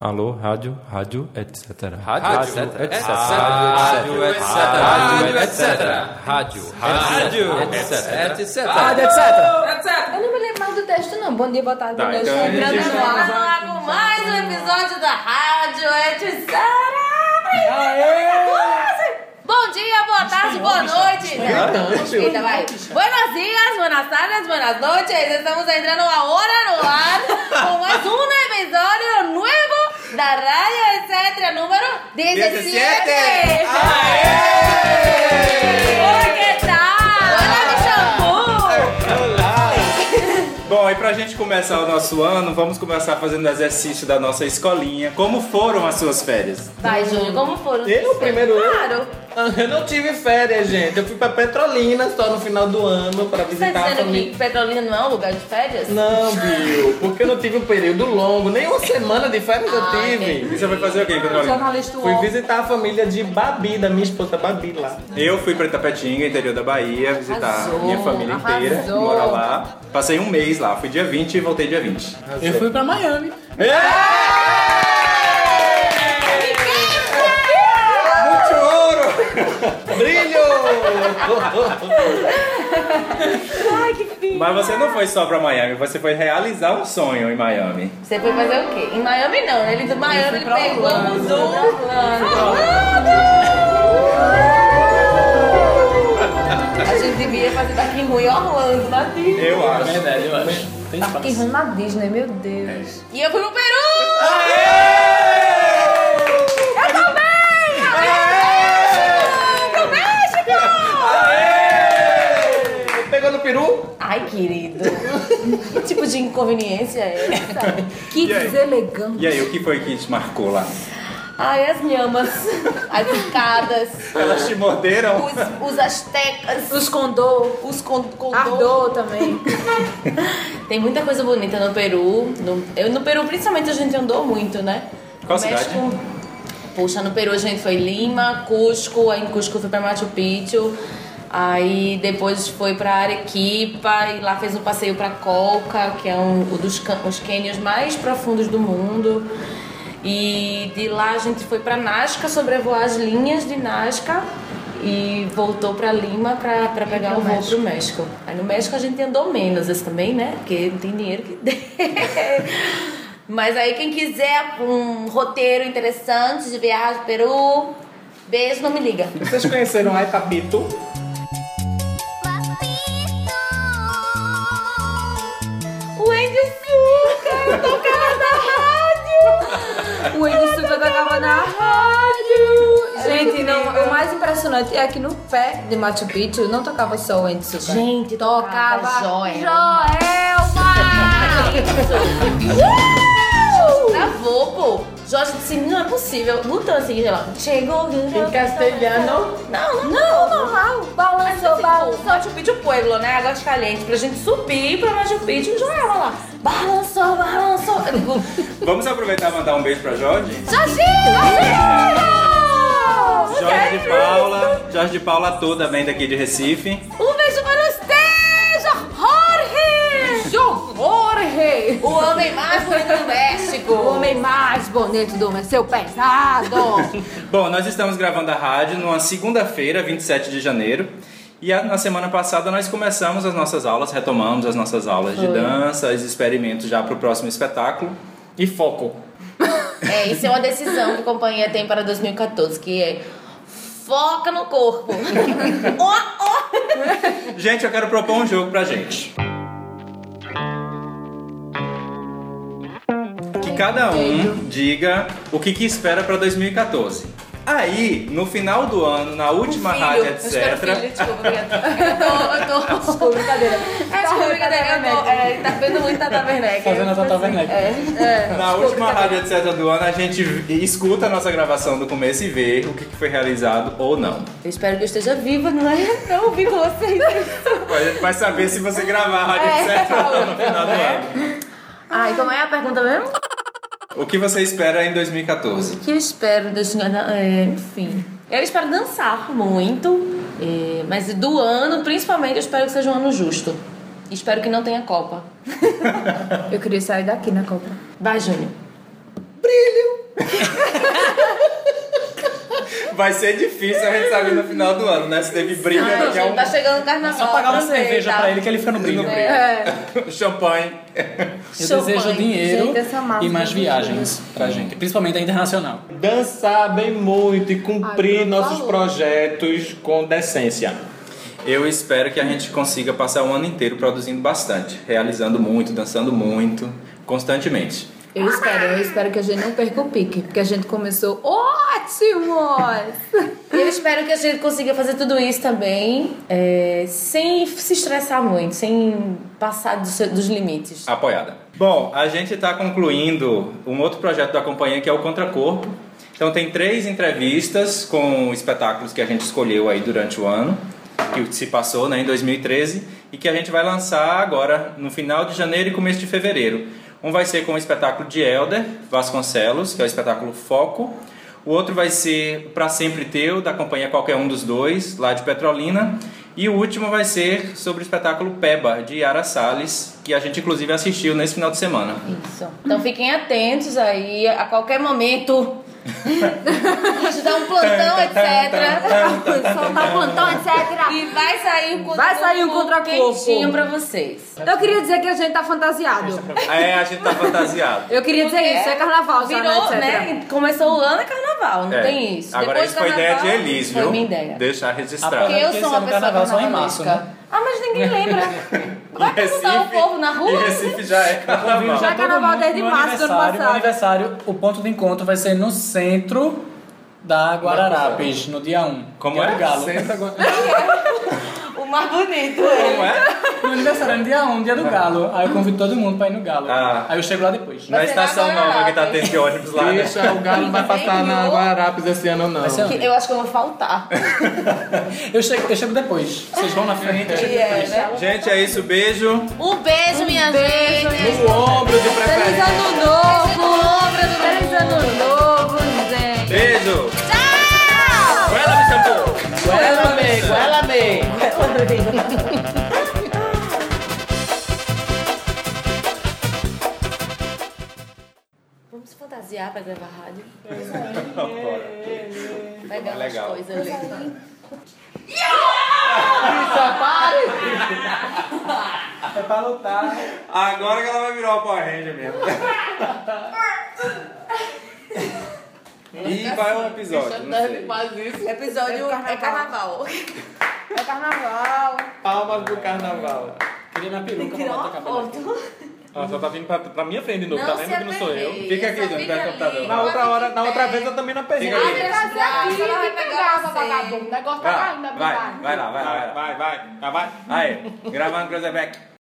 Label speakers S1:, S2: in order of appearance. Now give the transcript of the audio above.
S1: Alô, rádio, rádio, etc.
S2: Rádio,
S3: Rádio,
S2: etc.
S3: etc.
S2: Rádio, etc. Rádio, etc.
S3: Rádio,
S2: Rádio,
S3: etc.
S2: etc.
S4: Rádio, etc.
S5: Eu não me lembro mais do texto, não. Bom dia, boa tarde,
S3: Tá,
S5: boa noite.
S3: então a gente-
S5: Entrando no
S6: Lá
S5: ar.
S6: no ar com mais um episódio da Rádio Etisara. Bom dia, boa tarde, boa noite. Eita, vai. Buenos dias, buenas tardes, buenas noches. Estamos entrando agora no ar com mais um episódio novo da Rádio Etc. número 17. Oi, que tal? Olha o shampoo.
S3: Bom, e pra gente começar o nosso ano, vamos começar fazendo o exercício da nossa escolinha. Como foram as suas férias?
S6: Vai, Júlio, como foram?
S4: Eu, primeiro eu?
S6: Claro.
S4: Eu não tive férias, gente. Eu fui pra Petrolina só no final do ano pra
S6: Você tá
S4: visitar a
S6: dizendo
S4: família.
S6: que Petrolina não é um lugar de férias?
S4: Não, Bill, porque eu não tive um período longo, nem uma semana de férias eu
S6: Ah,
S4: tive.
S3: E você foi fazer o quê, Petrolina?
S5: Jornalista
S4: Fui
S5: UOL.
S4: visitar a família de Babi, da minha esposa Babi lá.
S3: Eu fui pra Itapetinga, interior da Bahia, visitar
S6: Arrasou,
S3: minha família inteira, que
S6: arrasou.
S3: mora lá. Passei um mês lá, fui dia 20 e voltei dia 20.
S4: Eu fui pra Miami.
S6: É?
S3: Muito ouro!
S4: Brilho!
S3: Mas você não foi só pra Miami, você foi realizar um sonho em Miami.
S6: Você foi fazer o quê? Em Miami não, né? Ele do Miami ele pegou o Zoom. A gente devia fazer daqui ruim Orlando, na Disney.
S3: Eu
S4: É
S3: acho.
S5: Fiquei ruim na Disney, meu Deus.
S6: E eu fui pro Peru! Pro México!
S4: Pegou no peru?
S6: Ai, querido. Que tipo de inconveniência é essa?
S5: Que
S3: E aí?
S5: deselegante.
S3: E aí, o que foi que te marcou lá?
S6: Ai, as nhamas. As escadas.
S3: Elas te morderam?
S6: Os, os astecas.
S5: Os condor.
S6: Os con- condor.
S5: Ardor também.
S6: Tem muita coisa bonita no Peru. No, eu, no Peru, principalmente, a gente andou muito, né?
S3: Qual
S6: no
S3: cidade?
S6: Puxa, no Peru a gente foi Lima, Cusco, aí em Cusco foi pra Machu Picchu. Aí depois foi pra Arequipa e lá fez um passeio pra Colca, que é um, um dos can- os cânions mais profundos do mundo. E de lá a gente foi pra Nazca, sobrevoar as linhas de Nazca e voltou pra Lima pra, pra pegar o voo pro México. Aí no México a gente andou menos esse também, né? Porque não tem dinheiro que dê. Mas aí quem quiser um roteiro interessante de viagem ao Peru, beijo, não me liga.
S4: Vocês conheceram a Ipapito?
S6: O Andy Suca tocava na rádio!
S5: O Edson tocava na
S6: É.
S5: rádio. Gente, não, o mais impressionante é que no pé de Machu Picchu não tocava só o Edson.
S6: Gente, tocava Joelma.
S5: Joelma!
S6: Uh! Travou, pô. Tá Jorge disse, não é possível. Lutando assim, sei lá. Chegou
S4: Em castelhano?
S6: Não,
S5: Não,
S6: não, não. assim, tipo,
S5: normal. Balançou, balançou.
S6: Machu Picchu Pueblo, né? Águas Calientes, pra gente subir pra Machu Picchu e jogar ela lá. Balançou, balançou. Eu digo,
S3: Vamos aproveitar e mandar um beijo pra Jorge? Jorge de Paula, Jorge de Paula toda bem daqui de Recife.
S6: Um beijo para você, Jorge!
S5: Jorge!
S6: O homem mais bonito do México.
S5: O homem mais bonito do meu seu pesado!
S3: Bom, nós estamos gravando a rádio numa segunda-feira, 27 de janeiro. E a- na semana passada nós começamos as nossas aulas, retomamos as nossas aulas de dança, os experimentos já para o próximo espetáculo.
S4: E foco.
S6: É, isso é uma decisão que a companhia tem para 2014, que é foca no corpo. Ó, ó.
S3: Gente, eu quero propor um jogo pra gente. Que cada um diga o que, que espera pra 2014. Aí, no final do ano, na última
S6: Filho,
S3: rádio,
S6: eu espero filho,
S3: etc.
S6: desculpa, obrigada. Eu tô, eu tô... Desculpa, brincadeira. É, desculpa, brincadeira. Eu tô, é, tá vendo muito Tata Werneck.
S4: Fazendo a Tata Werneck.
S6: É, é.
S3: Na última rádio, etc. do ano, a gente escuta a nossa gravação do começo e vê o que, que foi realizado ou não.
S6: Eu espero que eu esteja viva, não é? Não ouvi com vocês.
S3: A gente vai saber se você gravar a rádio, etc. ou não no final do ano.
S6: Ai, como é a pergunta mesmo?
S3: O que você espera em 2014?
S6: que eu espero desse é, enfim eu espero dançar muito é, mas do ano principalmente eu espero que seja um ano justo espero que não tenha copa
S5: Eu queria sair daqui né, na Copa.
S6: vai Júnior
S4: Brilho!
S3: Vai ser difícil a gente saber no final do ano, né? Se teve briga,
S6: Ai,
S3: que é
S6: gente,
S3: um
S6: tá chegando o carnaval.
S7: É
S6: tá
S7: Só pagar uma
S6: aproveita.
S7: cerveja
S5: tá?
S7: pra ele que ele fica no brilho.
S5: É.
S3: um champanhe.
S7: Eu
S6: Champanhe.
S7: desejo dinheiro
S5: Gente, essa massa
S7: e mais
S5: é
S7: viagens pra gente, principalmente a internacional.
S4: Dançar bem muito e cumprir
S5: Ai, não
S4: nossos
S5: falou.
S4: projetos com decência.
S3: Eu espero que a gente consiga passar o ano inteiro produzindo bastante, realizando muito, dançando muito, constantemente.
S5: Eu espero, eu espero que a gente não perca o pique, porque a gente começou ótimos!
S6: E Eu espero que a gente consiga fazer tudo isso também, é, sem se estressar muito, sem passar dos, seus- dos limites.
S3: Apoiada. Bom, a gente está concluindo um outro projeto da companhia que é o Contracorpo. Então tem três entrevistas com espetáculos que a gente escolheu aí durante o ano, que se passou né, em 2013 e que a gente vai lançar agora no final de janeiro e começo de fevereiro. Um vai ser com o espetáculo de Helder Vasconcelos, que é o espetáculo Foco. O outro vai ser Pra Sempre Teu, da companhia Qualquer Um dos Dois, lá de Petrolina. E o último vai ser sobre o espetáculo Peba, de Yara Salles, que a gente inclusive assistiu nesse final de semana.
S6: Isso. Então fiquem atentos aí, a qualquer momento. a gente dá um plantão, etc.
S5: Soltar plantão, etc.
S6: E vai sair um
S5: Vai sair um contracorpo.
S6: quentinho pra vocês.
S5: Eu queria dizer que a gente tá fantasiado.
S3: É, a gente tá fantasiado.
S5: Eu queria dizer
S6: Porque
S5: isso, é carnaval, já, né,
S6: Virou,
S5: etc.
S6: né? Começou o ano, é carnaval, não
S3: É.
S6: tem isso.
S3: Agora
S6: Depois
S3: isso
S6: do
S3: foi ideia de
S6: carnaval,
S3: Elis, viu?
S6: Foi minha ideia. Ah,
S3: Deixar registrado.
S6: Porque eu
S7: Porque
S6: sou
S7: esse
S6: uma
S7: ano o
S6: pessoa
S7: carnaval só é em
S6: carnavalesca.
S7: março, né?
S6: Ah, mas ninguém lembra. Vai perguntar o povo na rua?
S3: E Recife já é
S7: Convido
S3: carnaval.
S5: Já é
S7: todo
S5: carnaval
S7: mundo
S5: desde
S7: no
S5: março do ano
S7: aniversário. No
S5: passado.
S7: aniversário, o ponto de encontro vai ser no centro da Guararapes, no dia 1.
S3: Como
S7: dia
S3: é?
S7: Do Galo.
S3: Centro
S6: O mais bonito é.
S3: Como é?
S7: Meu aniversário é no dia 1, dia do Galo. Aí eu convido todo mundo pra ir no Galo.
S3: Ah.
S7: Aí eu chego lá depois.
S3: Na
S6: Vai ser na
S3: estação nova que tá
S6: Guararapes.
S3: tendo de ônibus lá, né?
S4: Deixa, o Galo não vai passar na Guararapes esse ano, não.
S7: Vai ser
S6: Que Eu acho que eu vou faltar. É,
S7: Eu chego, eu chego depois. Vocês vão na frente, eu chego
S6: É,
S7: depois.
S6: né?
S3: Gente, é isso. Beijo.
S6: Um beijo, minha
S5: beijo,
S6: gente.
S4: O ombro de
S5: Feliz
S4: preferência.
S5: ano novo! Feliz ano novo, gente!
S3: Beijo.
S6: Tchau!
S3: Vai lá, me chamou.
S4: Ela mesmo, ela mesmo.
S6: Vamos fantasiar pra gravar rádio? Pegar umas
S3: Tá legal.
S6: coisas ali.
S3: Agora que ela vai virar o Power Ranger mesmo. e vai um episódio, não sei.
S6: Episódio é carnaval.
S5: É carnaval!
S4: Palmas do carnaval.
S7: Queria na peruca pra
S6: Tirar
S7: botar
S6: uma
S7: cabelo.
S6: foto.
S4: Ela só tá vindo pra, pra minha frente de novo,
S6: Não é
S4: tá vendo
S6: se
S4: que não sou eu?
S6: apeguei.
S3: Fica aqui,
S6: Só
S3: Júnior,
S6: fica
S3: perto do computador.
S6: ali.
S4: Na outra hora, na outra
S6: Fica
S4: vez eu também não peguei.
S3: Fica aí.
S5: Vai trazer Tá aqui
S6: Ela vai
S5: e
S6: pegar
S5: pegar essa
S6: você.
S5: vagabunda. Agora
S3: Vai,
S5: ainda
S3: lá, vai, vai lá, vai lá.
S4: vai, vai, já vai.
S3: Aí, gravando Cruzeback.